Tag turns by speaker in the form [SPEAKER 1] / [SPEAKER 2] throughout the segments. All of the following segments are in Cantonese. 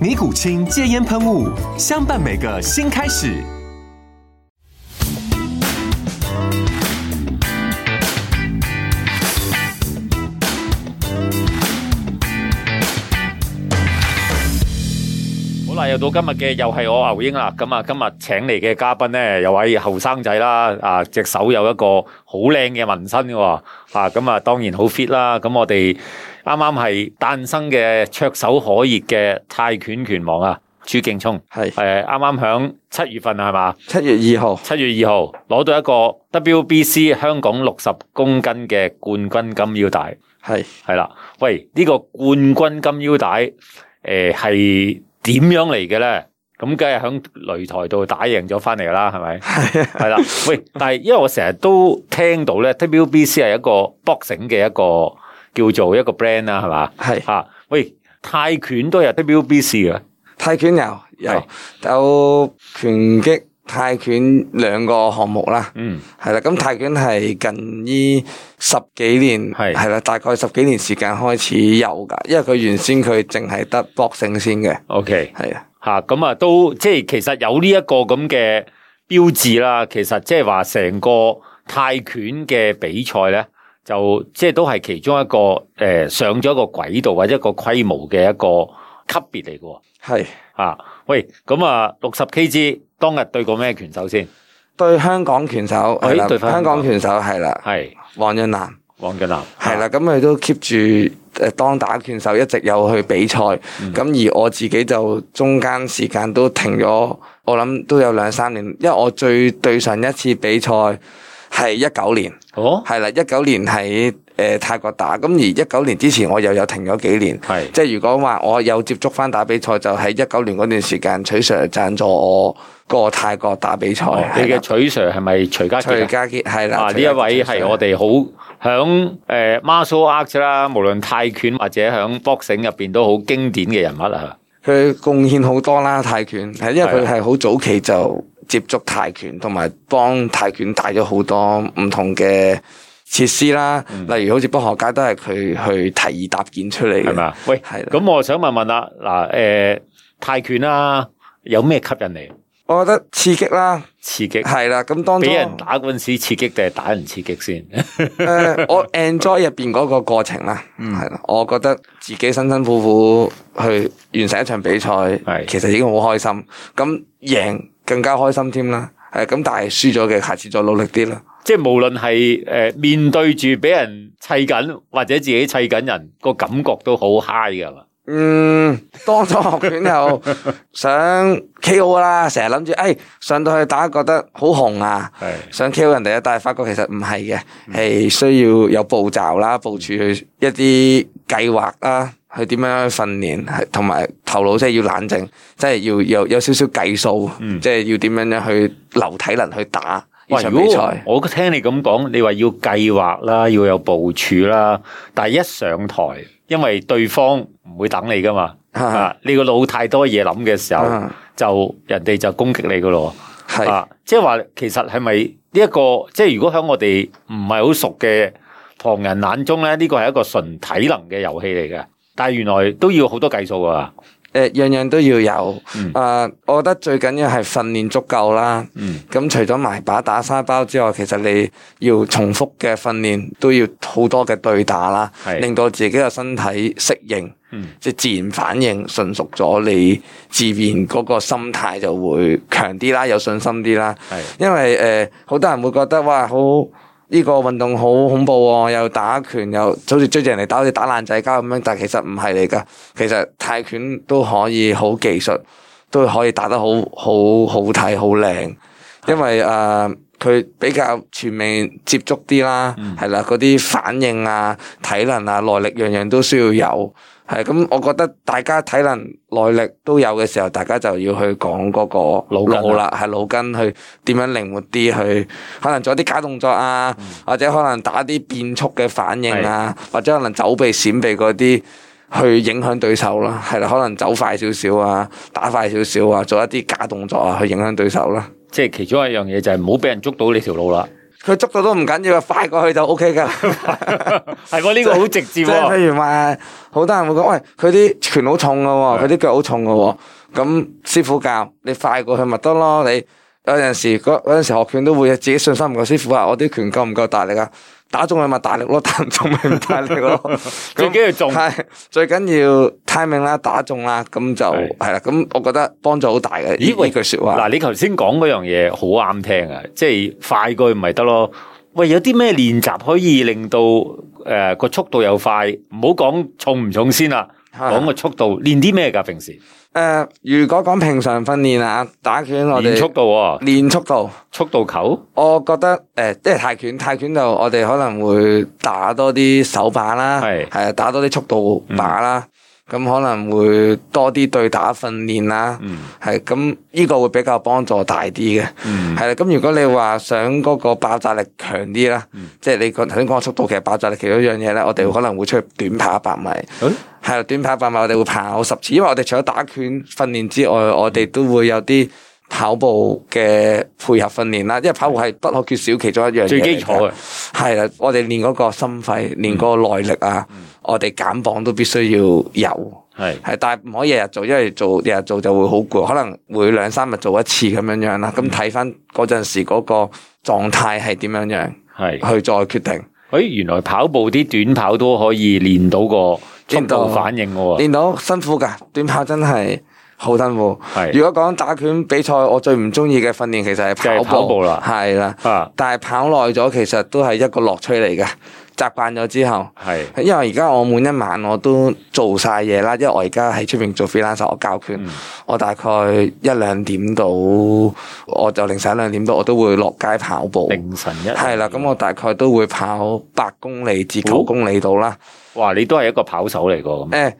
[SPEAKER 1] 尼古清戒烟喷雾，相伴每个新开始。
[SPEAKER 2] 好啦，又到今日嘅又係我牛英啦。咁啊，今日請嚟嘅嘉賓咧，有位後生仔啦，啊隻手有一個好靚嘅紋身嘅喎，啊咁啊當然好 fit 啦。咁我哋啱啱係誕生嘅灼手可熱嘅泰拳拳王啊，朱敬聰，
[SPEAKER 3] 系
[SPEAKER 2] 誒啱啱響七月份係嘛？
[SPEAKER 3] 七月二號，
[SPEAKER 2] 七月二號攞到一個 WBC 香港六十公斤嘅冠軍金腰帶。
[SPEAKER 3] 係
[SPEAKER 2] 系啦，喂，呢、個冠軍金腰帶诶係點樣嚟嘅咧？咁梗係響擂台度打贏咗翻嚟啦，係咪？
[SPEAKER 3] 係
[SPEAKER 2] 係啦，喂，但係因為我成日都聽到咧，WBC 係一個 boxing 嘅一個叫做一個 brand 啦，係嘛？
[SPEAKER 3] 係
[SPEAKER 2] 吓、喂，泰拳都有 WBC 嘅，
[SPEAKER 3] 泰拳有有
[SPEAKER 2] 係
[SPEAKER 3] 有拳擊、泰拳兩個項目啦，
[SPEAKER 2] 嗯，
[SPEAKER 3] 係啦。咁泰拳係近呢十幾年
[SPEAKER 2] 係
[SPEAKER 3] 係啦，大概十幾年時間開始有㗎，因為佢原先佢淨係得 boxing 先嘅，
[SPEAKER 2] ，OK。
[SPEAKER 3] 係啊，
[SPEAKER 2] 吓咁啊，都即系其實有呢一個咁嘅標誌啦。其實即係話成個泰拳嘅比賽咧，就即係都係其中一個诶、呃上咗一個軌道或者一個規模嘅一個級別嚟嘅喎。
[SPEAKER 3] 係
[SPEAKER 2] 啊，喂，咁啊，六十 KG 當日對過咩拳手先？
[SPEAKER 3] 對香港拳手係啦
[SPEAKER 2] 對，香港
[SPEAKER 3] 香港拳手係啦，
[SPEAKER 2] 係
[SPEAKER 3] 黃潤南。
[SPEAKER 2] 黃俊南。
[SPEAKER 3] 係啦，咁佢都 keep 住誒當打拳手一直有去比賽，咁、
[SPEAKER 2] 嗯
[SPEAKER 3] 而我自己就中間時間都停咗，我諗都有兩三年，因為我最對上一次比賽係一九年，
[SPEAKER 2] 哦，
[SPEAKER 3] 係啦，一九年喺誒、呃泰國打，咁而一九年之前我又有停咗幾年，
[SPEAKER 2] 係
[SPEAKER 3] 即係如果話我有接觸翻打比賽，就喺一九年嗰段時間，取 Sir 贊助我過泰國打比賽，
[SPEAKER 2] 哦你
[SPEAKER 3] 係
[SPEAKER 2] 嘅
[SPEAKER 3] 啦
[SPEAKER 2] 徐 Sir 係咪徐家傑
[SPEAKER 3] 徐
[SPEAKER 2] 啊
[SPEAKER 3] 家傑係啦，
[SPEAKER 2] 啊！呢
[SPEAKER 3] 徐
[SPEAKER 2] 一
[SPEAKER 3] 家傑
[SPEAKER 2] 位係我哋好響誒 martial arts 啦，無論泰拳或者響 boxing 入邊都好經典嘅人物啊！
[SPEAKER 3] 佢貢獻好多啦，泰拳係因為
[SPEAKER 2] 係
[SPEAKER 3] 佢係好早期就接觸泰拳，同埋幫泰拳帶咗好多唔同嘅設施啦，
[SPEAKER 2] 嗯
[SPEAKER 3] 例如好似北河街都係佢去提議搭建出嚟嘅，
[SPEAKER 2] 係咪啊？喂，
[SPEAKER 3] 係啦
[SPEAKER 2] 咁我想問問啦，嗱誒泰拳啦，有咩吸引你？
[SPEAKER 3] 我覺得刺激啦，
[SPEAKER 2] 刺激？
[SPEAKER 3] 係啦，咁當中
[SPEAKER 2] 俾人打嗰陣時刺激定係打人刺激先？
[SPEAKER 3] 誒我 enjoy 入邊嗰個過程啦，
[SPEAKER 2] 嗯
[SPEAKER 3] 係啦、我覺得自己辛辛苦苦去完成一場比賽
[SPEAKER 2] 係，
[SPEAKER 3] 其實已經好開心，咁贏更加開心添啦，係咁，但係輸咗嘅，下次再努力啲啦。
[SPEAKER 2] 即係無論係誒面對住俾人砌緊，或者自己砌緊人，個感覺都好 high 㗎嘛？
[SPEAKER 3] 嗯，當咗學院又想 K.O. 啦，成日諗住，哎，上到去打覺得好紅啊，
[SPEAKER 2] 係嗯
[SPEAKER 3] 想 K.O. 人哋啊，但係發覺其實唔係嘅，係需要有步驟啦，部署去一啲計劃啦，去點樣去訓練，係同埋頭腦即係要冷靜，即係要有有少少計數，
[SPEAKER 2] 嗯
[SPEAKER 3] 即係要點樣樣去留體能去打呢
[SPEAKER 2] 喂，
[SPEAKER 3] 場
[SPEAKER 2] 如
[SPEAKER 3] 比
[SPEAKER 2] 果
[SPEAKER 3] 賽。
[SPEAKER 2] 我聽你咁講，你話要計劃啦，要有部署啦，但係一上台，因為對方唔會等你噶嘛，
[SPEAKER 3] 啊
[SPEAKER 2] 啊，你個腦太多嘢諗嘅時候
[SPEAKER 3] 啊，
[SPEAKER 2] 就人哋就攻擊你噶咯，
[SPEAKER 3] 係
[SPEAKER 2] 啊，即係話其實係咪呢一個，即係如果喺我哋唔係好熟嘅旁人眼中咧，呢個係一個純體能嘅遊戲嚟嘅，但係原來都要好多計數啊，
[SPEAKER 3] 誒樣樣都要有，
[SPEAKER 2] 嗯
[SPEAKER 3] 誒、我覺得最緊要係訓練足夠啦。
[SPEAKER 2] 嗯
[SPEAKER 3] 咁、除咗埋把打沙包之外，其實你要重複嘅訓練，都要好多嘅對打啦
[SPEAKER 2] 係，嗯
[SPEAKER 3] 令到自己嘅身體適應。即係自然反應純熟咗，你自然嗰個心態就會強啲啦，有信心啲啦。
[SPEAKER 2] 係
[SPEAKER 3] 因為誒好、多人會覺得哇，好呢、個運動好恐怖喎、又打拳又好似追住人哋打，好似打爛仔交咁樣，但其實唔係嚟㗎。其實泰拳都可以好技術，都可以打得好好好睇好靚，因為誒。呃佢比較全面接觸啲啦，係啦、嗰啲反應啊、體能啊、耐力樣樣都需要有，係咁，我覺得大家體能、耐力都有嘅時候，大家就要去講嗰個
[SPEAKER 2] 腦筋啊
[SPEAKER 3] 啦，係腦筋去點樣靈活啲去，可能做一啲假動作啊，或者可能打啲變速嘅反應啊，或者可能走避閃避嗰啲。去影響對手啦，係啦，可能走快少少啊，打快少少啊，做一啲假動作啊，去影響對手啦。
[SPEAKER 2] 即係其中一樣嘢就係唔好俾人捉到你條路啦。
[SPEAKER 3] 佢捉到都唔緊要，啊快過去就 O K 㗎。
[SPEAKER 2] 係喎，呢個好直接
[SPEAKER 3] 即係
[SPEAKER 2] 喎。
[SPEAKER 3] 譬如話，好多人會講，喂，佢啲拳好重嘅喎，
[SPEAKER 2] 係
[SPEAKER 3] 佢啲腳好重嘅喎。咁師傅教你快過去咪得咯。你有陣時嗰嗰陣時學拳都會自己信心唔夠，師傅話我啲拳夠唔夠大力啊？打中佢咪大力咯， 打唔中咪唔大力 咯。
[SPEAKER 2] 最緊要中
[SPEAKER 3] 係最緊要 timing 啦，打中啦，咁就
[SPEAKER 2] 係
[SPEAKER 3] 係啦。咁我覺得幫助好大嘅。
[SPEAKER 2] 咦
[SPEAKER 3] 呢
[SPEAKER 2] 喂
[SPEAKER 3] 呢句説話
[SPEAKER 2] 嗱，你頭先講嗰樣嘢好啱聽啊，即係快句咪得咯。喂，有啲咩練習可以令到诶个、速度又快？唔好講重唔重先 啦，
[SPEAKER 3] 係
[SPEAKER 2] 講個速度，練啲咩㗎？平時
[SPEAKER 3] 誒，如果講平常訓練啊，打拳我
[SPEAKER 2] 練速
[SPEAKER 3] 哋
[SPEAKER 2] 度、喎，
[SPEAKER 3] 練速度。
[SPEAKER 2] 速度球
[SPEAKER 3] 我覺得誒、呃即係泰拳，泰拳就我哋可能會打多啲手把啦，
[SPEAKER 2] 係
[SPEAKER 3] 係啊，打多啲速度把啦，咁、可能會多啲對打訓練啦，係咁呢個會比較幫助大啲嘅，係啦、咁如果你話想嗰個爆炸力強啲啦，即係你講頭先講嘅速度，其實爆炸力其中一樣嘢咧，我哋可能會出去短跑一百米。
[SPEAKER 2] 嗯
[SPEAKER 3] 係啦，短跑百米我哋會跑十次，因為我哋除咗打拳訓練之外，我哋都會有啲跑步嘅配合訓練啦。因為跑步係不可缺少其中一樣嘢嚟㗎
[SPEAKER 2] 最基礎嘅。
[SPEAKER 3] 係啦，我哋練嗰個心肺，練嗰個耐力啊，我哋減磅都必須要有。
[SPEAKER 2] 係
[SPEAKER 3] 係，但係唔可以日日做，因為做日日做就會好攰，可能每兩三日做一次咁樣樣
[SPEAKER 2] 嗯
[SPEAKER 3] 啦。咁睇翻嗰陣時嗰個狀態係點樣樣，
[SPEAKER 2] 係。
[SPEAKER 3] 去再決定。
[SPEAKER 2] 诶，原來跑步啲短跑都可以練到個速
[SPEAKER 3] 練到
[SPEAKER 2] 度反應嘅喎。
[SPEAKER 3] 練到辛苦㗎，短跑真係好辛苦。
[SPEAKER 2] 係
[SPEAKER 3] 如果講打拳比賽，我最唔中意嘅訓練其實
[SPEAKER 2] 就係
[SPEAKER 3] 係跑步，
[SPEAKER 2] 跑步啦
[SPEAKER 3] 係啦。
[SPEAKER 2] 啊，
[SPEAKER 3] 但係跑耐咗，其實都係一個樂趣嚟嘅。習慣咗之後，
[SPEAKER 2] 係
[SPEAKER 3] 因為而家我每一晚我都做晒嘢啦，因為我而家喺出面做 freelancer，我教
[SPEAKER 2] 嗯
[SPEAKER 3] 拳，我大概一兩點到，我就凌晨一兩點到，我都會落街跑步。
[SPEAKER 2] 凌晨一
[SPEAKER 3] 係啦，咁我大概都會跑八公里至
[SPEAKER 2] 哦
[SPEAKER 3] 九公里到啦。
[SPEAKER 2] 哇，你都係一個跑手嚟㗎咁。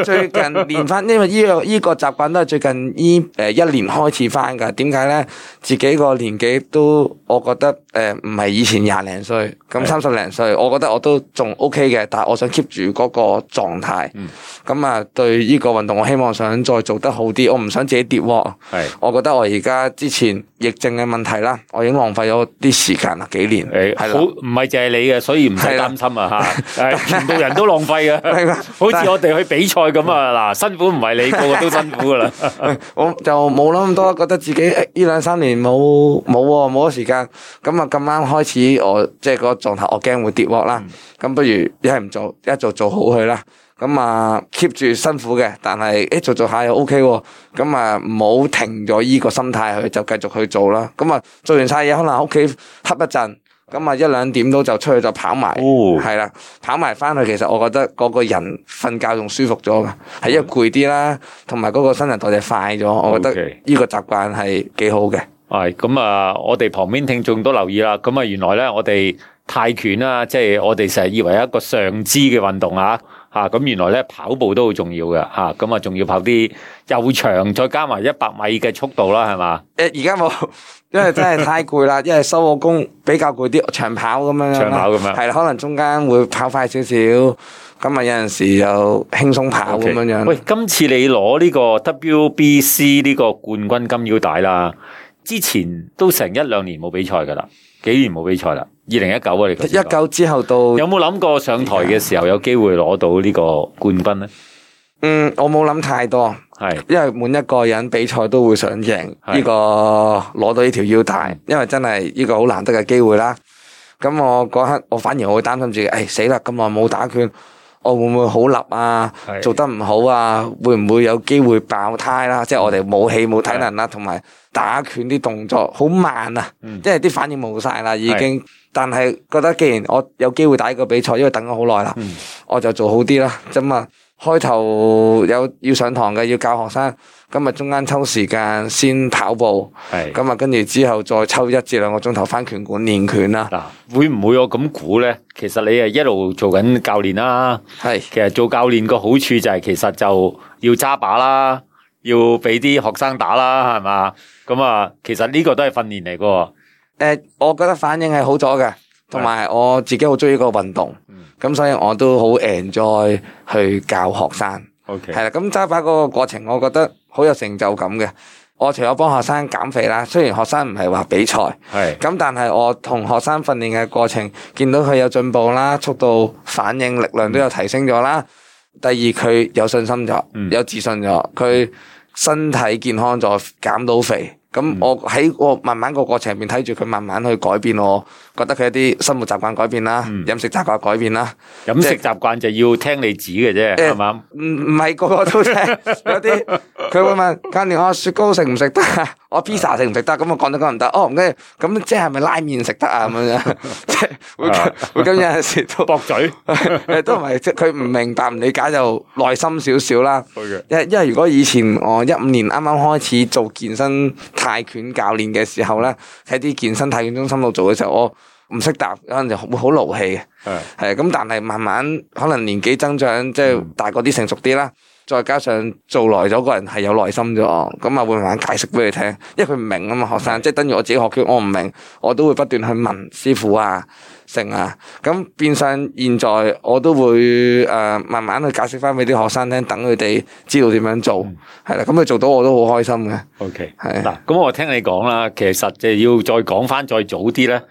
[SPEAKER 3] 誒、最 近練翻，因為呢、個依、個習慣都係最近依誒、一年開始翻㗎。點解咧？自己個年紀都，我覺得誒唔係以前廿零歲，咁
[SPEAKER 2] 係
[SPEAKER 3] 三十零歲，我覺得我都仲 OK 嘅。但係我想 keep 住嗰個狀態。
[SPEAKER 2] 嗯
[SPEAKER 3] 咁啊、對呢個運動，我希望想再做得好啲。我唔想自己跌喎。
[SPEAKER 2] 係
[SPEAKER 3] 我覺得我而家之前疫症嘅問題啦，我已經浪費咗啲時間啦，幾年
[SPEAKER 2] 诶，
[SPEAKER 3] 係
[SPEAKER 2] 好
[SPEAKER 3] 啦。
[SPEAKER 2] 唔係就係你嘅，所以唔使
[SPEAKER 3] 係啦
[SPEAKER 2] 擔心啊吓。诶，全部人都浪費嘅。
[SPEAKER 3] 係啦
[SPEAKER 2] 好
[SPEAKER 3] 但
[SPEAKER 2] 似我哋去比賽咁啊，嗱，辛苦唔係你，個個都辛苦噶啦，
[SPEAKER 3] 我就冇諗咁多，覺得自己誒呢兩三年冇冇喎，冇咗時間。咁啊咁啱開始我即係個狀態，我驚會跌鑊啦。咁不如一係唔做，一做做好佢啦。咁啊 keep 住辛苦嘅，但係誒做做下又 OK 喎。咁啊唔好停咗依個心態去，就繼續去做啦。咁啊做完晒嘢，可能喺屋企瞌一陣。咁啊，一兩點到就出去就跑埋，
[SPEAKER 2] 哦
[SPEAKER 3] 係啦、跑埋翻去。其實我覺得嗰個人瞓覺仲舒服咗㗎，係
[SPEAKER 2] 嗯
[SPEAKER 3] 因為攰啲啦，同埋嗰個新陳代謝快咗。我覺得
[SPEAKER 2] OK
[SPEAKER 3] 呢個習慣係幾好嘅。
[SPEAKER 2] 係咁啊，我哋旁邊聽眾都留意啦。咁啊，原來咧我哋泰拳啊，即係我哋成日以為一個上肢嘅運動啊，嚇咁原來咧跑步都好重要嘅 à, 嚇，咁啊仲要跑啲又長，再加埋一百米嘅速度啦，係嘛？
[SPEAKER 3] 誒而家冇， 因為真係太攰啦， 因為收個工比較攰啲，長跑咁樣樣啦
[SPEAKER 2] 長跑咁樣
[SPEAKER 3] 係啦，可能中間會跑快少少，咁啊有陣時又輕鬆跑啊
[SPEAKER 2] 啊
[SPEAKER 3] 咁
[SPEAKER 2] OK
[SPEAKER 3] 樣樣。
[SPEAKER 2] 喂，今次你攞呢個 WBC 呢個冠軍金腰帶啦，之前都成一兩年冇比賽噶啦，幾年冇比賽啦，二零一九啊，你頭先
[SPEAKER 3] 一
[SPEAKER 2] 講
[SPEAKER 3] 九之後到，
[SPEAKER 2] 有冇諗過上台嘅時候有機會攞到呢個冠軍咧？
[SPEAKER 3] 嗯，我冇諗太多。
[SPEAKER 2] 係
[SPEAKER 3] 因為每一個人比賽都會想贏
[SPEAKER 2] 係
[SPEAKER 3] 呢個攞到呢條腰帶，因為真係呢個好哎難得嘅機會啦。咁我嗰刻我反而我會擔心自己，誒、死啦咁耐冇打拳，我會唔會好立啊
[SPEAKER 2] 係？
[SPEAKER 3] 做得唔好啊？會唔會有機會爆胎啦、即係我哋冇氣冇體能啦、同埋打拳啲動作好慢啊，
[SPEAKER 2] 嗯
[SPEAKER 3] 即係啲反應冇晒啦已經。但係覺得既然我有機會打呢個比賽，因為等咗好耐啦，
[SPEAKER 2] 嗯
[SPEAKER 3] 我就做好啲啦。咁啊，開頭有要上堂嘅，要教學生，咁啊中間抽時間先跑步，
[SPEAKER 2] 係
[SPEAKER 3] 咁啊跟住之後再抽一至兩個鐘頭翻拳館練拳啦。
[SPEAKER 2] 嗱，會唔會我咁估咧？其實你係一路做緊教練啦。
[SPEAKER 3] 係
[SPEAKER 2] 其實做教練個好處就係其實就要揸把啦，要俾啲學生打啦，係嘛？咁啊，其實呢個都係訓練嚟嘅喎。
[SPEAKER 3] 诶、我覺得反應係好咗嘅，同埋我自己好中意個運動，
[SPEAKER 2] 嗯
[SPEAKER 3] 咁、所以我都好 enjoy 去教學生。
[SPEAKER 2] OK，
[SPEAKER 3] 係啦，咁揸把嗰個過程，我覺得好有成就感嘅。我除咗幫學生減肥啦，雖然學生唔係話比賽，
[SPEAKER 2] 係
[SPEAKER 3] 咁但係我同學生訓練嘅過程，見到佢有進步啦，速度、反應、力量都有提升咗啦。第二，佢有信心咗，
[SPEAKER 2] 嗯
[SPEAKER 3] 有自信咗，佢身體健康咗，減到肥。咁
[SPEAKER 2] 嗯
[SPEAKER 3] 我喺我慢慢個過程入面睇住佢慢慢去改變我，覺得佢一啲生活習慣改變啦，
[SPEAKER 2] 嗯
[SPEAKER 3] 飲食習慣改變啦。
[SPEAKER 2] 飲食習慣就要聽你指嘅啫，
[SPEAKER 3] 誒
[SPEAKER 2] 係嘛？
[SPEAKER 3] 唔唔係個個都聽， 有啲佢會問教練我雪糕食唔食得 啊？我 pizza 食唔食得？咁我講得講唔得，哦唔緊要，咁即係咪拉麵食得啊？咁樣 樣即係會咁會咁有陣時 都
[SPEAKER 2] 駁嘴。
[SPEAKER 3] 都唔係即係佢唔明白唔理解就內心少少啦。
[SPEAKER 2] 好嘅
[SPEAKER 3] 因因為如果以前我一五年啱啱開始做健身泰拳教練嘅時候咧，喺啲健身泰拳中心度做嘅時候，我唔識答，有陣時會好勞氣嘅。
[SPEAKER 2] 係
[SPEAKER 3] 係咁，但係慢慢可能年紀增長，即
[SPEAKER 2] 嗯
[SPEAKER 3] 係大個啲成熟啲啦。再加上做耐咗，個人係有耐心咗，咁啊會慢慢解釋俾佢聽，因為佢唔明啊
[SPEAKER 2] 嗯
[SPEAKER 3] 嘛，學生即係等於我自己學拳，我唔明，我都會不斷去問師傅啊、成啊，咁變相現在我都會誒、呃慢慢去解釋翻俾啲學生聽，等佢哋知道點樣做，
[SPEAKER 2] 嗯
[SPEAKER 3] 係啦、咁佢做到我都好開心
[SPEAKER 2] 啊
[SPEAKER 3] 嘅，
[SPEAKER 2] OK，
[SPEAKER 3] 係
[SPEAKER 2] 嗱，咁我聽你講啦，其實就要再講翻再早啲咧，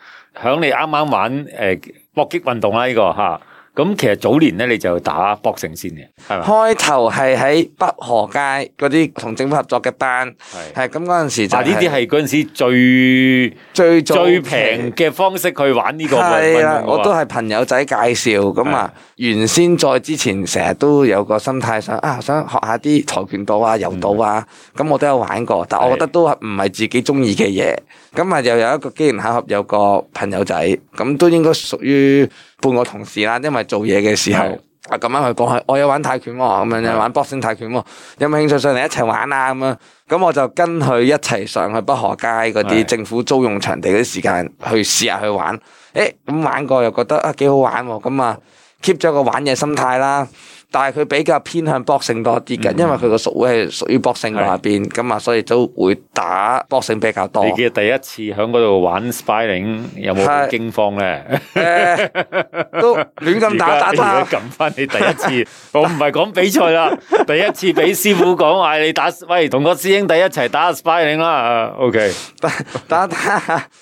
[SPEAKER 2] 響你啱啱玩誒搏擊運動啦，呢個嚇。咁其實早年咧，你就打搏成先嘅，係咪？
[SPEAKER 3] 開頭係喺北河街嗰啲同政府合作嘅班，
[SPEAKER 2] 係。
[SPEAKER 3] 係咁嗰陣時就
[SPEAKER 2] 嗱，呢啲
[SPEAKER 3] 係
[SPEAKER 2] 係嗰陣時最
[SPEAKER 3] 最早
[SPEAKER 2] 最
[SPEAKER 3] 期
[SPEAKER 2] 平嘅方式去玩呢個
[SPEAKER 3] 係啦，我都
[SPEAKER 2] 係
[SPEAKER 3] 係朋友仔介紹咁啊。原先再之前成日都有個心態想啊，想學下啲跆拳道啊、柔道啊，
[SPEAKER 2] 嗯
[SPEAKER 3] 咁我都有玩過，但我覺得都唔係自己中意嘅嘢。咁啊，又有一個機緣巧合，有個朋友仔，咁都應該屬於半個同事啦，因為做嘢嘅時候
[SPEAKER 2] 係。
[SPEAKER 3] 啊，咁啱佢講係，我有玩泰拳喎、咁樣
[SPEAKER 2] 係
[SPEAKER 3] 有玩 boxing 泰拳喎、有冇興趣上嚟一齊玩啊？咁樣，咁我就跟佢一齊上去北河街嗰
[SPEAKER 2] 係
[SPEAKER 3] 啲政府租用場地嗰啲時間去試下去玩。誒咁玩過又覺得啊幾好玩喎，咁啊 keep 咗個玩嘢心態啦。但係佢比較偏向 boxing 多啲嘅，因為佢個屬會係屬於 boxing
[SPEAKER 2] 嗯係
[SPEAKER 3] 嗰邊，咁啊所以都會打 boxing 比較多。
[SPEAKER 2] 你嘅第一次喺嗰度玩 spying 有冇好
[SPEAKER 3] 係
[SPEAKER 2] 驚慌咧？
[SPEAKER 3] 誒都亂咁打打
[SPEAKER 2] 而家
[SPEAKER 3] 打
[SPEAKER 2] 而家。撳翻你第一次，我唔係講比賽啦，第一次俾師傅講，嗌你打，喂，同個師兄弟一齊打 spying 啦啊，OK，
[SPEAKER 3] 打打打，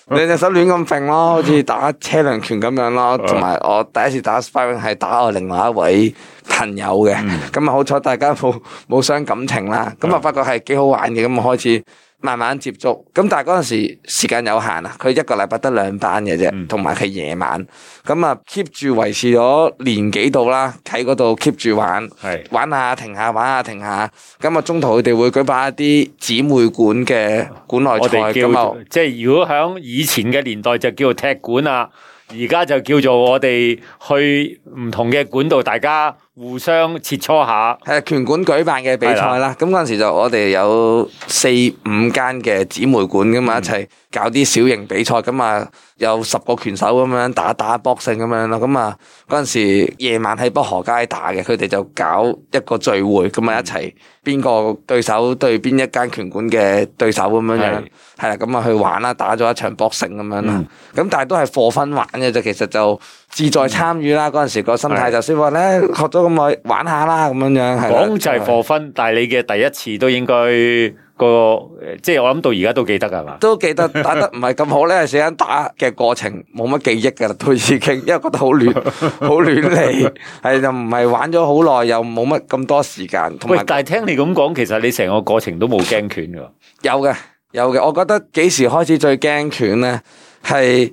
[SPEAKER 3] 兩隻手亂咁揈咯，好似打車輪拳咁樣咯。同埋我第一次打 sparring 係打我另外一位朋友嘅，咁啊好彩大家冇 冇傷感情啦。咁啊發覺係幾好玩嘅，咁啊開始慢慢接觸。咁但係嗰陣時時間有限啊，佢一個禮拜得兩班嘅啫，同埋係夜晚。咁啊 keep 住維持咗年幾度啦，喺嗰度 keep 住玩。
[SPEAKER 2] 係
[SPEAKER 3] 玩下停下，玩下停下，咁啊中途佢哋會舉辦一啲姊妹館嘅館內
[SPEAKER 2] 我
[SPEAKER 3] 賽，
[SPEAKER 2] 哋
[SPEAKER 3] 咁啊
[SPEAKER 2] 叫即係如果響以前嘅年代就叫做踢館啦，而家就叫做我哋去唔同嘅館度，大家互相切磋下，
[SPEAKER 3] 係拳館舉辦嘅比賽啦。咁嗰陣時就我哋有四五間嘅姊妹館咁啊，一齊搞啲小型比賽，咁啊有十個拳手咁樣打打 boxing 咁樣咯。咁啊嗰陣時夜晚喺北河街打嘅，佢哋就搞一個聚會，咁啊一齊邊個對手對邊一間拳館嘅對手咁樣樣
[SPEAKER 2] 係。
[SPEAKER 3] 係啦，咁啊去玩啦，打咗一場 boxing 咁樣啦，
[SPEAKER 2] 嗯
[SPEAKER 3] 咁、但係都係課分玩嘅啫，其實就志在參與啦。嗰陣時個心態就先話咧，學咗咁耐玩下啦，咁樣樣係啦。
[SPEAKER 2] 講就係課分，但係你嘅第一次都應該個，即係我諗到而家都記得㗎係嘛？
[SPEAKER 3] 都記得 打得唔係咁好咧，死人打嘅過程冇乜記憶㗎啦，都已經，因為覺得好亂，好亂嚟，係就唔係玩咗好耐，又冇乜咁多時間，同
[SPEAKER 2] 喂
[SPEAKER 3] 埋，
[SPEAKER 2] 但係聽你咁講，其實你成個過程都冇驚拳㗎。
[SPEAKER 3] 有嘅有嘅，我覺得幾時開始最驚拳咧？係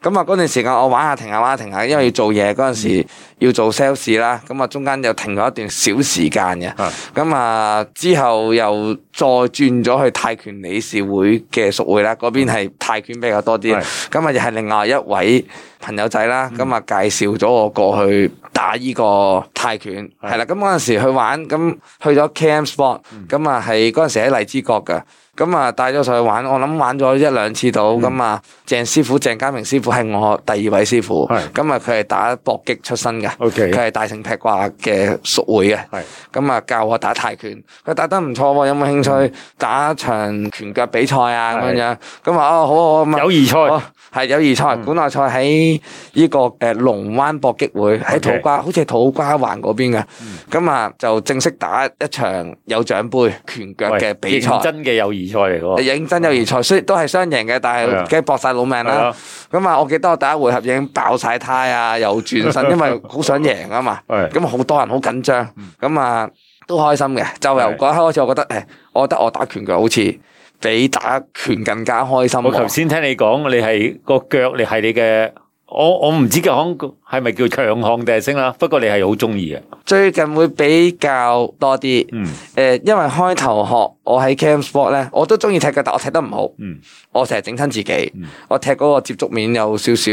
[SPEAKER 3] 咁啊嗰段時間我玩下停下玩下停下，因為要做嘢嗰陣時要做 sales 啦，咁啊中間又停咗一段小時間嘅
[SPEAKER 2] 係，
[SPEAKER 3] 咁啊之後又再轉咗去泰拳理事會嘅屬會啦，嗰邊係泰拳比較多啲
[SPEAKER 2] 係，嗯
[SPEAKER 3] 咁啊又係另外一位朋友仔啦，咁啊介紹咗我過去打呢個泰拳，
[SPEAKER 2] 係嗯
[SPEAKER 3] 係啦，咁嗰陣時去玩，咁去咗 KM Sport，咁啊係嗰陣時喺荔枝角㗎。咁啊，帶咗上去玩，我諗玩咗一兩次
[SPEAKER 2] 嗯
[SPEAKER 3] 到，咁啊、鄭師傅、鄭家明師傅係我第二位師傅，
[SPEAKER 2] 係
[SPEAKER 3] 咁啊，佢係打搏擊出身嘅，
[SPEAKER 2] OK
[SPEAKER 3] 佢係大聖劈掛嘅屬會嘅，
[SPEAKER 2] 係
[SPEAKER 3] 咁啊教我打泰拳，佢打得唔錯喎，有冇興趣打場拳腳比賽啊咁
[SPEAKER 2] 係
[SPEAKER 3] 樣樣？咁啊哦好啊好啊咁啊，
[SPEAKER 2] 友誼賽
[SPEAKER 3] 哦係友誼賽，館內賽喺呢個誒龍灣搏擊會喺
[SPEAKER 2] OK
[SPEAKER 3] 土瓜，好似係土瓜灣嗰邊嘅，咁啊就正式打一場有獎杯拳腳嘅比賽
[SPEAKER 2] 認。真嘅友誼賽嚟嘅喎，
[SPEAKER 3] 認真友誼賽，雖都係雙贏嘅，但
[SPEAKER 2] 係啊
[SPEAKER 3] 係梗係搏晒老命
[SPEAKER 2] 係
[SPEAKER 3] 啦
[SPEAKER 2] 啊。
[SPEAKER 3] 咁啊，我記得我第一回合已經爆晒胎啊，又轉 身，因為好想贏啊嘛。
[SPEAKER 2] 係
[SPEAKER 3] 咁好多人好緊張，咁啊都開心嘅。就由
[SPEAKER 2] 嗯係
[SPEAKER 3] 嗰一刻開始，我覺得誒，我覺得我打拳腳好似比打拳更加開心
[SPEAKER 2] 我頭
[SPEAKER 3] 喎。
[SPEAKER 2] 先聽你講，你係個腳，你係你嘅，我我唔知講係咪叫強項定係升啦，不過你係好中意嘅，
[SPEAKER 3] 最近會比較多啲。
[SPEAKER 2] 嗯
[SPEAKER 3] 誒，因為開頭學我喺 Cam Sport 咧，我都中意踢嘅，但我踢得唔好，
[SPEAKER 2] 嗯，
[SPEAKER 3] 我成日整親自己
[SPEAKER 2] 嗯，
[SPEAKER 3] 我踢嗰個接觸面有少少。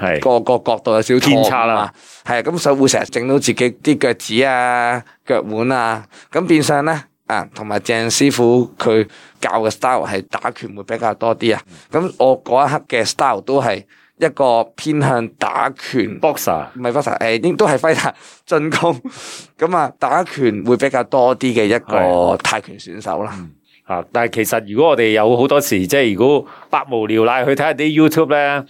[SPEAKER 2] 係
[SPEAKER 3] 個個角度有少少
[SPEAKER 2] 偏差啦，
[SPEAKER 3] 係啊，咁所以會成日整到自己啲腳趾啊、腳腕啊，咁變相咧啊，同埋鄭師傅佢教嘅 style 係打拳會比較多啲啊，咁我嗰一刻嘅 style 都係一個偏向打拳。
[SPEAKER 2] boxer
[SPEAKER 3] 唔係 fighter，誒應都係 fighter 進攻， 咁啊打拳會比較多啲嘅一個
[SPEAKER 2] 係
[SPEAKER 3] 泰拳選手啦。
[SPEAKER 2] 啊！但係其實如果我哋有好多時，即係如果百無聊賴去睇下啲 YouTube 咧，誒、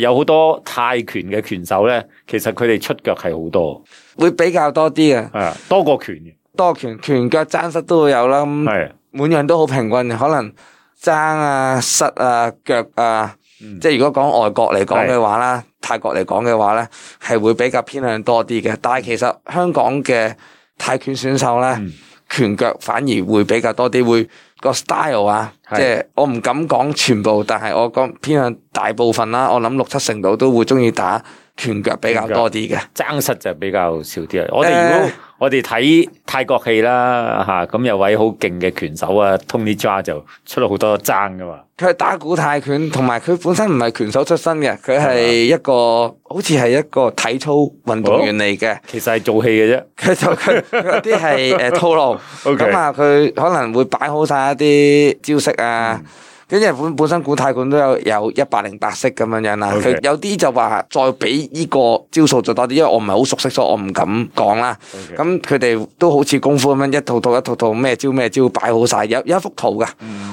[SPEAKER 2] 有好多泰拳嘅拳手咧，其實佢哋出腳係好多，
[SPEAKER 3] 會比較多啲嘅，
[SPEAKER 2] 係啊，多過拳嘅，
[SPEAKER 3] 多拳拳腳爭失都會有啦。咁
[SPEAKER 2] 係
[SPEAKER 3] 每樣都好平均嘅，可能爭啊、膝啊、腳啊，
[SPEAKER 2] 嗯
[SPEAKER 3] 即係如果講外國嚟講
[SPEAKER 2] 係
[SPEAKER 3] 嘅話啦，泰國嚟講嘅話咧，係會比較偏向多啲嘅。但係其實香港嘅泰拳選手咧，
[SPEAKER 2] 嗯
[SPEAKER 3] 拳腳反而會比較多啲，會個 style 啊，
[SPEAKER 2] 係
[SPEAKER 3] 即係我唔敢講全部，但係我講偏向大部分啦。我諗六七成度都會中意打拳腳比較多啲嘅。
[SPEAKER 2] 爭實就比較少啲啊！我哋如果
[SPEAKER 3] 誒
[SPEAKER 2] 我哋睇泰國戲啦，嚇、咁有位好勁嘅拳手啊，Tony Jaa 就出咗好多爭噶嘛，
[SPEAKER 3] 佢係打古泰拳，同埋佢本身唔係拳手出身嘅，佢係一個好似係一個體操運動員嚟嘅。
[SPEAKER 2] 其實係做戲嘅啫。
[SPEAKER 3] 佢就佢佢有啲係誒套路，
[SPEAKER 2] OK
[SPEAKER 3] 咁啊佢可能會擺好晒一啲招式啊。跟住本本身古泰拳都有有一百零八式咁樣樣啦，佢
[SPEAKER 2] OK
[SPEAKER 3] 有啲就話再俾呢個招數就多啲，因為我唔係好熟悉，所以我唔敢講啦。
[SPEAKER 2] OK
[SPEAKER 3] 咁佢哋都好似功夫咁樣一套套一套套咩招咩招擺好晒，有有一幅圖噶，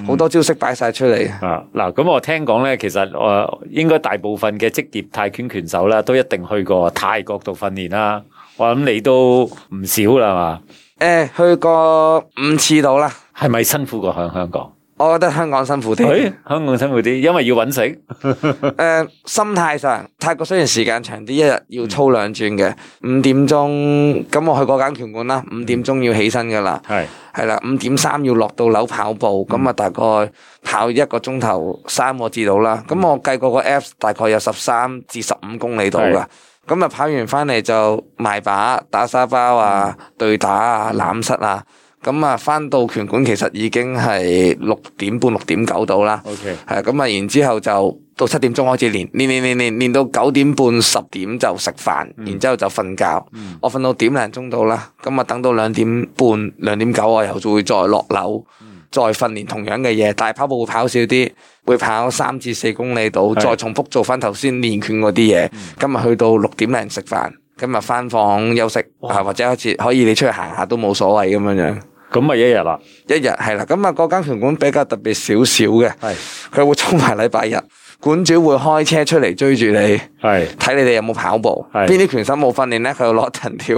[SPEAKER 3] 好多招式擺晒出嚟。
[SPEAKER 2] 啊，嗱，咁我聽講咧，其實我、呃、應該大部分嘅職業泰拳拳手啦，都一定去過泰國度訓練啦。我諗你都唔少啦嘛，
[SPEAKER 3] 誒呃去過五次到啦，
[SPEAKER 2] 係咪辛苦過喺香港？
[SPEAKER 3] 我覺得香港辛苦啲。
[SPEAKER 2] 誒，香港辛苦啲，因為要揾食。
[SPEAKER 3] 誒、呃心態上，泰國雖然時間長啲，一日要操兩轉嘅，五點鐘咁我去嗰間拳館啦，五點鐘要起身噶啦，
[SPEAKER 2] 係
[SPEAKER 3] 係啦，五點三要落到樓跑步，咁啊大概跑一個鐘頭三個字到啦，咁我計過個 apps 大概有十三至十五公里到
[SPEAKER 2] 係
[SPEAKER 3] 噶。咁啊跑完翻嚟就賣把打沙包啊、對打啊、攬膝啊，咁啊翻到拳館其實已經係六點半六點九到啦。
[SPEAKER 2] ，OK，
[SPEAKER 3] 係咁啊，然之後就到七點鐘開始練，練練練練練到九點半十點就食飯，然之後就瞓覺。我瞓到點零鐘到啦，咁啊等到兩點半兩點九我啊又就會再落樓，再訓練同樣嘅嘢，但係跑步會跑少啲，會跑三至四公里度，
[SPEAKER 2] 係
[SPEAKER 3] 再重複做翻頭先練拳嗰啲嘢。今日去到六點零食飯。今日翻房休息，
[SPEAKER 2] 哇
[SPEAKER 3] 啊或者好似可以你出去行下都冇所謂咁樣樣，
[SPEAKER 2] 咁咪一日啦。
[SPEAKER 3] 一日係啦。咁啊，嗰間拳館比較特別少少嘅，
[SPEAKER 2] 係
[SPEAKER 3] 佢會衝埋禮拜日，館主會開車出嚟追住你，
[SPEAKER 2] 係
[SPEAKER 3] 睇你哋有冇跑步，
[SPEAKER 2] 係
[SPEAKER 3] 邊啲拳手冇訓練咧，佢就攞 藤條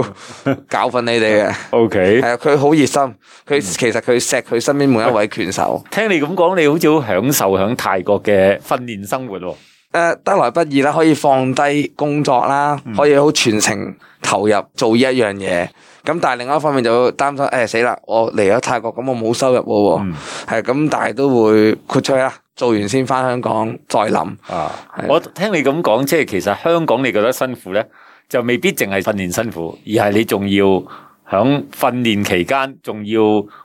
[SPEAKER 3] 教訓你哋嘅。
[SPEAKER 2] ，OK
[SPEAKER 3] 係。啊，佢好熱心，
[SPEAKER 2] 嗯
[SPEAKER 3] 佢其實佢錫佢身邊每一位拳手。
[SPEAKER 2] 聽你咁講，你好似好享受喺泰國嘅訓練生活喎。
[SPEAKER 3] 誒、得來不易啦，可以放低工作啦，
[SPEAKER 2] 嗯
[SPEAKER 3] 可以好全程投入做呢一樣嘢。咁但係另外一方面就會擔心，誒、死啦！我嚟咗泰國，咁我冇收入喎、
[SPEAKER 2] 嗯
[SPEAKER 3] 係咁、但係都會豁出去啦，做完先翻香港再諗。
[SPEAKER 2] 啊
[SPEAKER 3] 係！
[SPEAKER 2] 我聽你咁講，即係其實香港你覺得辛苦咧，就未必淨係訓練辛苦，而係你仲要響訓練期間，仲要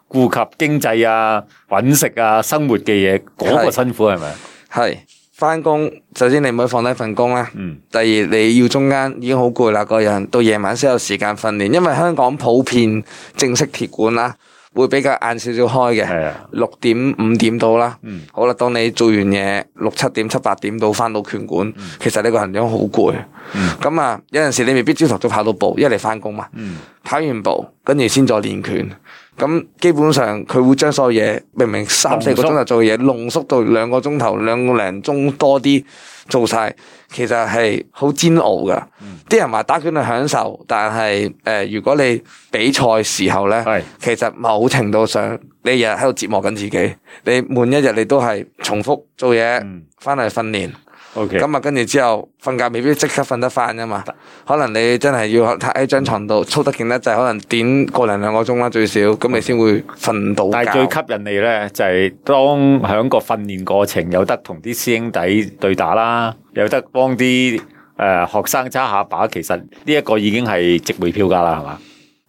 [SPEAKER 2] 顧及經濟啊、揾食啊、生活嘅嘢，嗰、個
[SPEAKER 3] 係
[SPEAKER 2] 辛苦係咪？
[SPEAKER 3] 係翻工，首先你唔可以放低份工啦。
[SPEAKER 2] 嗯，
[SPEAKER 3] 第二，你要中間已經好攰啦，個人到夜晚先有時間訓練，因為香港普遍正式鐵館啦，會比較晏少少開嘅，
[SPEAKER 2] 係啊，
[SPEAKER 3] 六點五點到啦。
[SPEAKER 2] 嗯
[SPEAKER 3] 好啦，當你做完嘢六七點七八點到翻到拳館，其實你個人已經好攰。
[SPEAKER 2] 嗯
[SPEAKER 3] 咁啊、有陣時你未必朝頭早跑到步，因為你翻工嘛。
[SPEAKER 2] 嗯
[SPEAKER 3] 跑完步，跟住先再練拳。咁基本上佢會將所有嘢，明明三四個鐘頭做嘅嘢，濃縮到兩個鐘頭、兩個零鐘多啲做晒，其實係好煎熬噶。
[SPEAKER 2] 嗯
[SPEAKER 3] 啲、人話打拳係享受，但係誒、呃如果你比賽時候咧，
[SPEAKER 2] 係
[SPEAKER 3] 其實某程度上你日日喺度折磨緊自己，你每一日你都係重複做嘢
[SPEAKER 2] 嗯，
[SPEAKER 3] 翻嚟訓練。
[SPEAKER 2] ，OK，
[SPEAKER 3] 咁啊，跟住之後瞓覺未必即刻瞓得翻噶嘛，可能你真係要喺張床度操得勁得滯，可能點個零兩個鐘啦最少，咁你先會瞓到
[SPEAKER 2] 但係
[SPEAKER 3] 覺。
[SPEAKER 2] 最吸引你咧，就係、當響個訓練過程有得同啲師兄弟對打啦，有得幫啲誒學生揸下把，其實呢一個已經係值回票價啦，係嘛？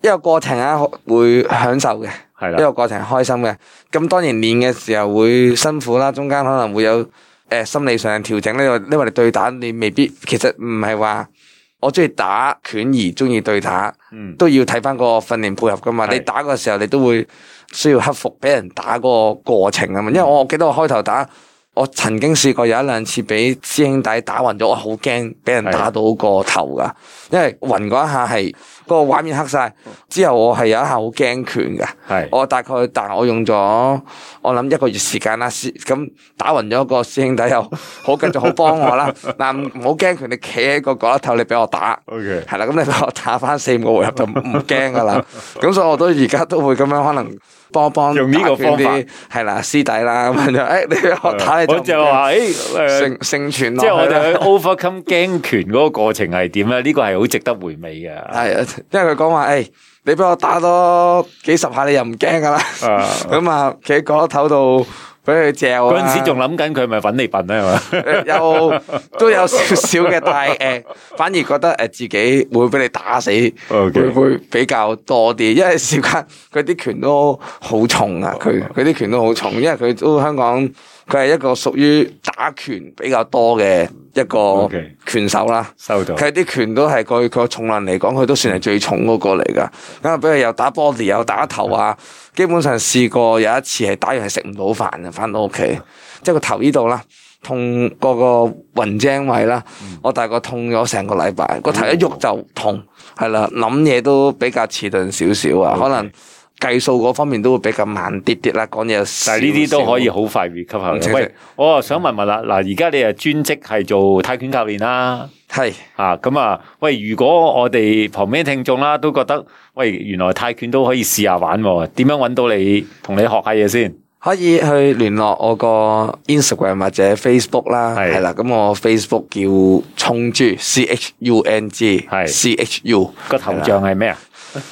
[SPEAKER 3] 一個過程啊，會享受嘅，
[SPEAKER 2] 係
[SPEAKER 3] 一
[SPEAKER 2] 啦，
[SPEAKER 3] 個過程開心嘅。咁當然練嘅時候會辛苦啦，中間可能會有誒、呃心理上嘅調整呢，因為因為你對打你未必，其實唔係話我中意打拳而中意對打。
[SPEAKER 2] 嗯，
[SPEAKER 3] 都要睇翻個訓練配合噶嘛。
[SPEAKER 2] 係
[SPEAKER 3] 你打嘅時候，你都會需要克服俾人打嗰個過程啊嘛。因為我記得我開頭打，我曾經試過有一兩次俾師兄弟打暈咗，我好驚俾人打到個頭噶，因為暈嗰一下係個畫面黑晒。之後我係有一下好驚拳噶，
[SPEAKER 2] 係。
[SPEAKER 3] 我大概但我用咗我諗一個月時間啦，師咁打暈咗個師兄弟又好繼續好幫我啦。嗱唔唔好驚拳，你企喺個角落頭，你俾我打。
[SPEAKER 2] O K，
[SPEAKER 3] 係啦，咁你俾我打翻四五個回合就唔唔驚噶 啦。咁所以我都而家都會咁樣，可能幫幫
[SPEAKER 2] 用呢個
[SPEAKER 3] 打拳
[SPEAKER 2] 方法嗯
[SPEAKER 3] 啲係啦師弟啦咁樣就，誒你俾 我打
[SPEAKER 2] 呃
[SPEAKER 3] 你就
[SPEAKER 2] 我
[SPEAKER 3] 唔
[SPEAKER 2] 就
[SPEAKER 3] 驚
[SPEAKER 2] 話誒
[SPEAKER 3] 成
[SPEAKER 2] 诶，
[SPEAKER 3] 成全
[SPEAKER 2] 即係我
[SPEAKER 3] 落去
[SPEAKER 2] 哋去
[SPEAKER 3] 啦。
[SPEAKER 2] overcome 驚拳嗰個過程係點咧？呢個係好值得回味嘅。啊
[SPEAKER 3] 係啊，因為佢講話誒，你俾我打多幾十下你又唔驚噶啦。咁啊，企喺角落頭度俾佢嚼啊。
[SPEAKER 2] 嗰陣時仲諗緊佢係咪揾你笨咧， 係嘛？
[SPEAKER 3] 誒有都有少少嘅，但係誒、反而覺得誒自己會俾你打死
[SPEAKER 2] OK
[SPEAKER 3] 會會比較多啲，因為小間佢啲拳都好重啊，佢佢啲拳都好重，因為佢都香港佢係一個屬於打拳比較多嘅一個
[SPEAKER 2] OK
[SPEAKER 3] 拳手啦。
[SPEAKER 2] 收到。
[SPEAKER 3] 佢啲拳都係佢佢個重量嚟講，佢都算係最重嗰個嚟㗎。咁啊，俾佢又打 body 又打頭啊，基本上試過有一次係打完係食唔到飯嘅，翻到屋企，即係個頭呢度啦，痛個個雲精位啦，我大概痛咗成個禮拜，個頭一喐就痛，係啦，諗嘢都比較遲鈍少少啊，可能計數嗰方面都會比較慢啲啲啦，講嘢有少
[SPEAKER 2] 但
[SPEAKER 3] 少
[SPEAKER 2] 係呢啲都可以好快 recover
[SPEAKER 3] 嗯即
[SPEAKER 2] 嘅。
[SPEAKER 3] 係
[SPEAKER 2] 喂，我啊想問問啦，嗱，而家你啊專職係做泰拳教練啦。
[SPEAKER 3] 係
[SPEAKER 2] 啊，咁啊，喂！如果我哋旁邊聽眾啦，都覺得喂，原來泰拳都可以試下玩喎，點樣揾到你同你學下嘢先？
[SPEAKER 3] 可以去聯絡我個 Instagram 或者 Facebook 啦，
[SPEAKER 2] 係
[SPEAKER 3] 係啦，咁我 Facebook 叫冲珠 C H U N G，
[SPEAKER 2] 係
[SPEAKER 3] C H U
[SPEAKER 2] 個頭像係 咩啊？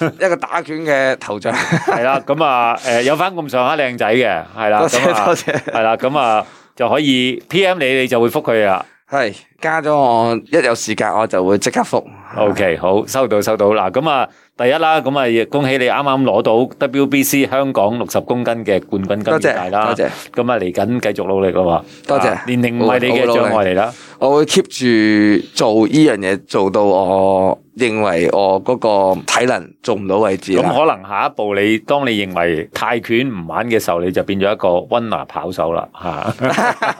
[SPEAKER 3] 一個打拳嘅頭像，
[SPEAKER 2] 系啦，咁啊，诶、有翻咁上下靚仔嘅，係啦，
[SPEAKER 3] 多謝
[SPEAKER 2] 咁啊，
[SPEAKER 3] 多謝
[SPEAKER 2] 係啦，咁啊，就可以 P.M 你，你就會覆佢啦。
[SPEAKER 3] 係加咗我一有時間我就會即刻覆。
[SPEAKER 2] OK，好，收到收到。嗱，咁啊，第一啦，咁啊，亦恭喜你啱啱攞到 WBC 香港六十公斤嘅冠軍
[SPEAKER 3] 多
[SPEAKER 2] 金
[SPEAKER 3] 謝
[SPEAKER 2] 牌啦。
[SPEAKER 3] 多謝
[SPEAKER 2] 咁啊，嚟緊繼續努力咯喎。
[SPEAKER 3] 多謝
[SPEAKER 2] 啊年齡唔係你嘅障礙嚟啦。
[SPEAKER 3] 我會 keep 住做呢樣嘢，做到我認為我嗰個體能做唔到位置
[SPEAKER 2] 咁
[SPEAKER 3] 啦。
[SPEAKER 2] 可能下一步你當你認為泰拳唔玩嘅時候，你就變咗一個温拿跑手啦。 吓、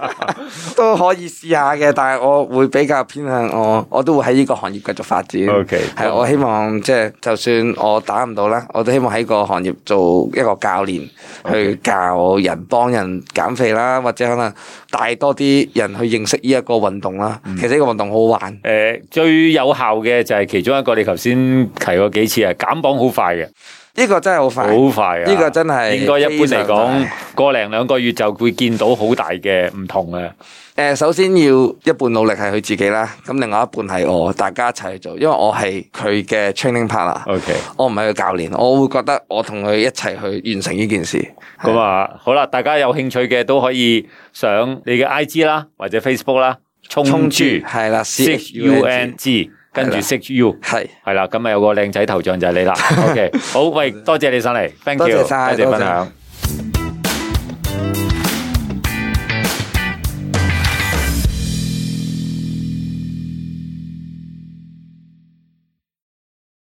[SPEAKER 3] 都可以試下嘅，但係我會比較偏向我，我都會喺呢個行業繼續發展。
[SPEAKER 2] OK，
[SPEAKER 3] 係我希望即係就算我打唔到啦，我都希望喺個行業做一個教練，去教人幫人減肥啦，或者可能帶多啲人去認識呢一個運動啦。
[SPEAKER 2] 嗯
[SPEAKER 3] 其實呢個運動好好玩，
[SPEAKER 2] 诶、最有效嘅就係其中一個，你頭先提過幾次啊，減磅好快嘅。
[SPEAKER 3] 呢個真係好快，
[SPEAKER 2] 好快啊！
[SPEAKER 3] 呢個真係
[SPEAKER 2] 應該一般嚟
[SPEAKER 3] 非常
[SPEAKER 2] 講
[SPEAKER 3] 快，
[SPEAKER 2] 個零兩個月就會見到好大嘅唔同嘅。
[SPEAKER 3] 诶、呃首先要一半努力係佢自己啦，咁另外一半係我，大家一齊去做，因為我係佢嘅 training partner，
[SPEAKER 2] OK，
[SPEAKER 3] 我唔係佢教練，我會覺得我同佢一齊去完成呢件事。
[SPEAKER 2] 咁啊，好啦，大家有興趣嘅都可以上你嘅 IG 啦，或者 Facebook 啦，冲
[SPEAKER 3] 冲
[SPEAKER 2] 珠
[SPEAKER 3] 係啊啦
[SPEAKER 2] C
[SPEAKER 3] ，C
[SPEAKER 2] U N G，跟住
[SPEAKER 3] 係啦
[SPEAKER 2] C U。
[SPEAKER 3] 係，
[SPEAKER 2] 系啦，咁啊有個靚仔頭像就係你啦。OK，好，喂，多謝你上嚟，thank
[SPEAKER 3] 多
[SPEAKER 2] you，
[SPEAKER 3] 謝晒
[SPEAKER 2] 多謝
[SPEAKER 3] 多謝
[SPEAKER 2] 分享。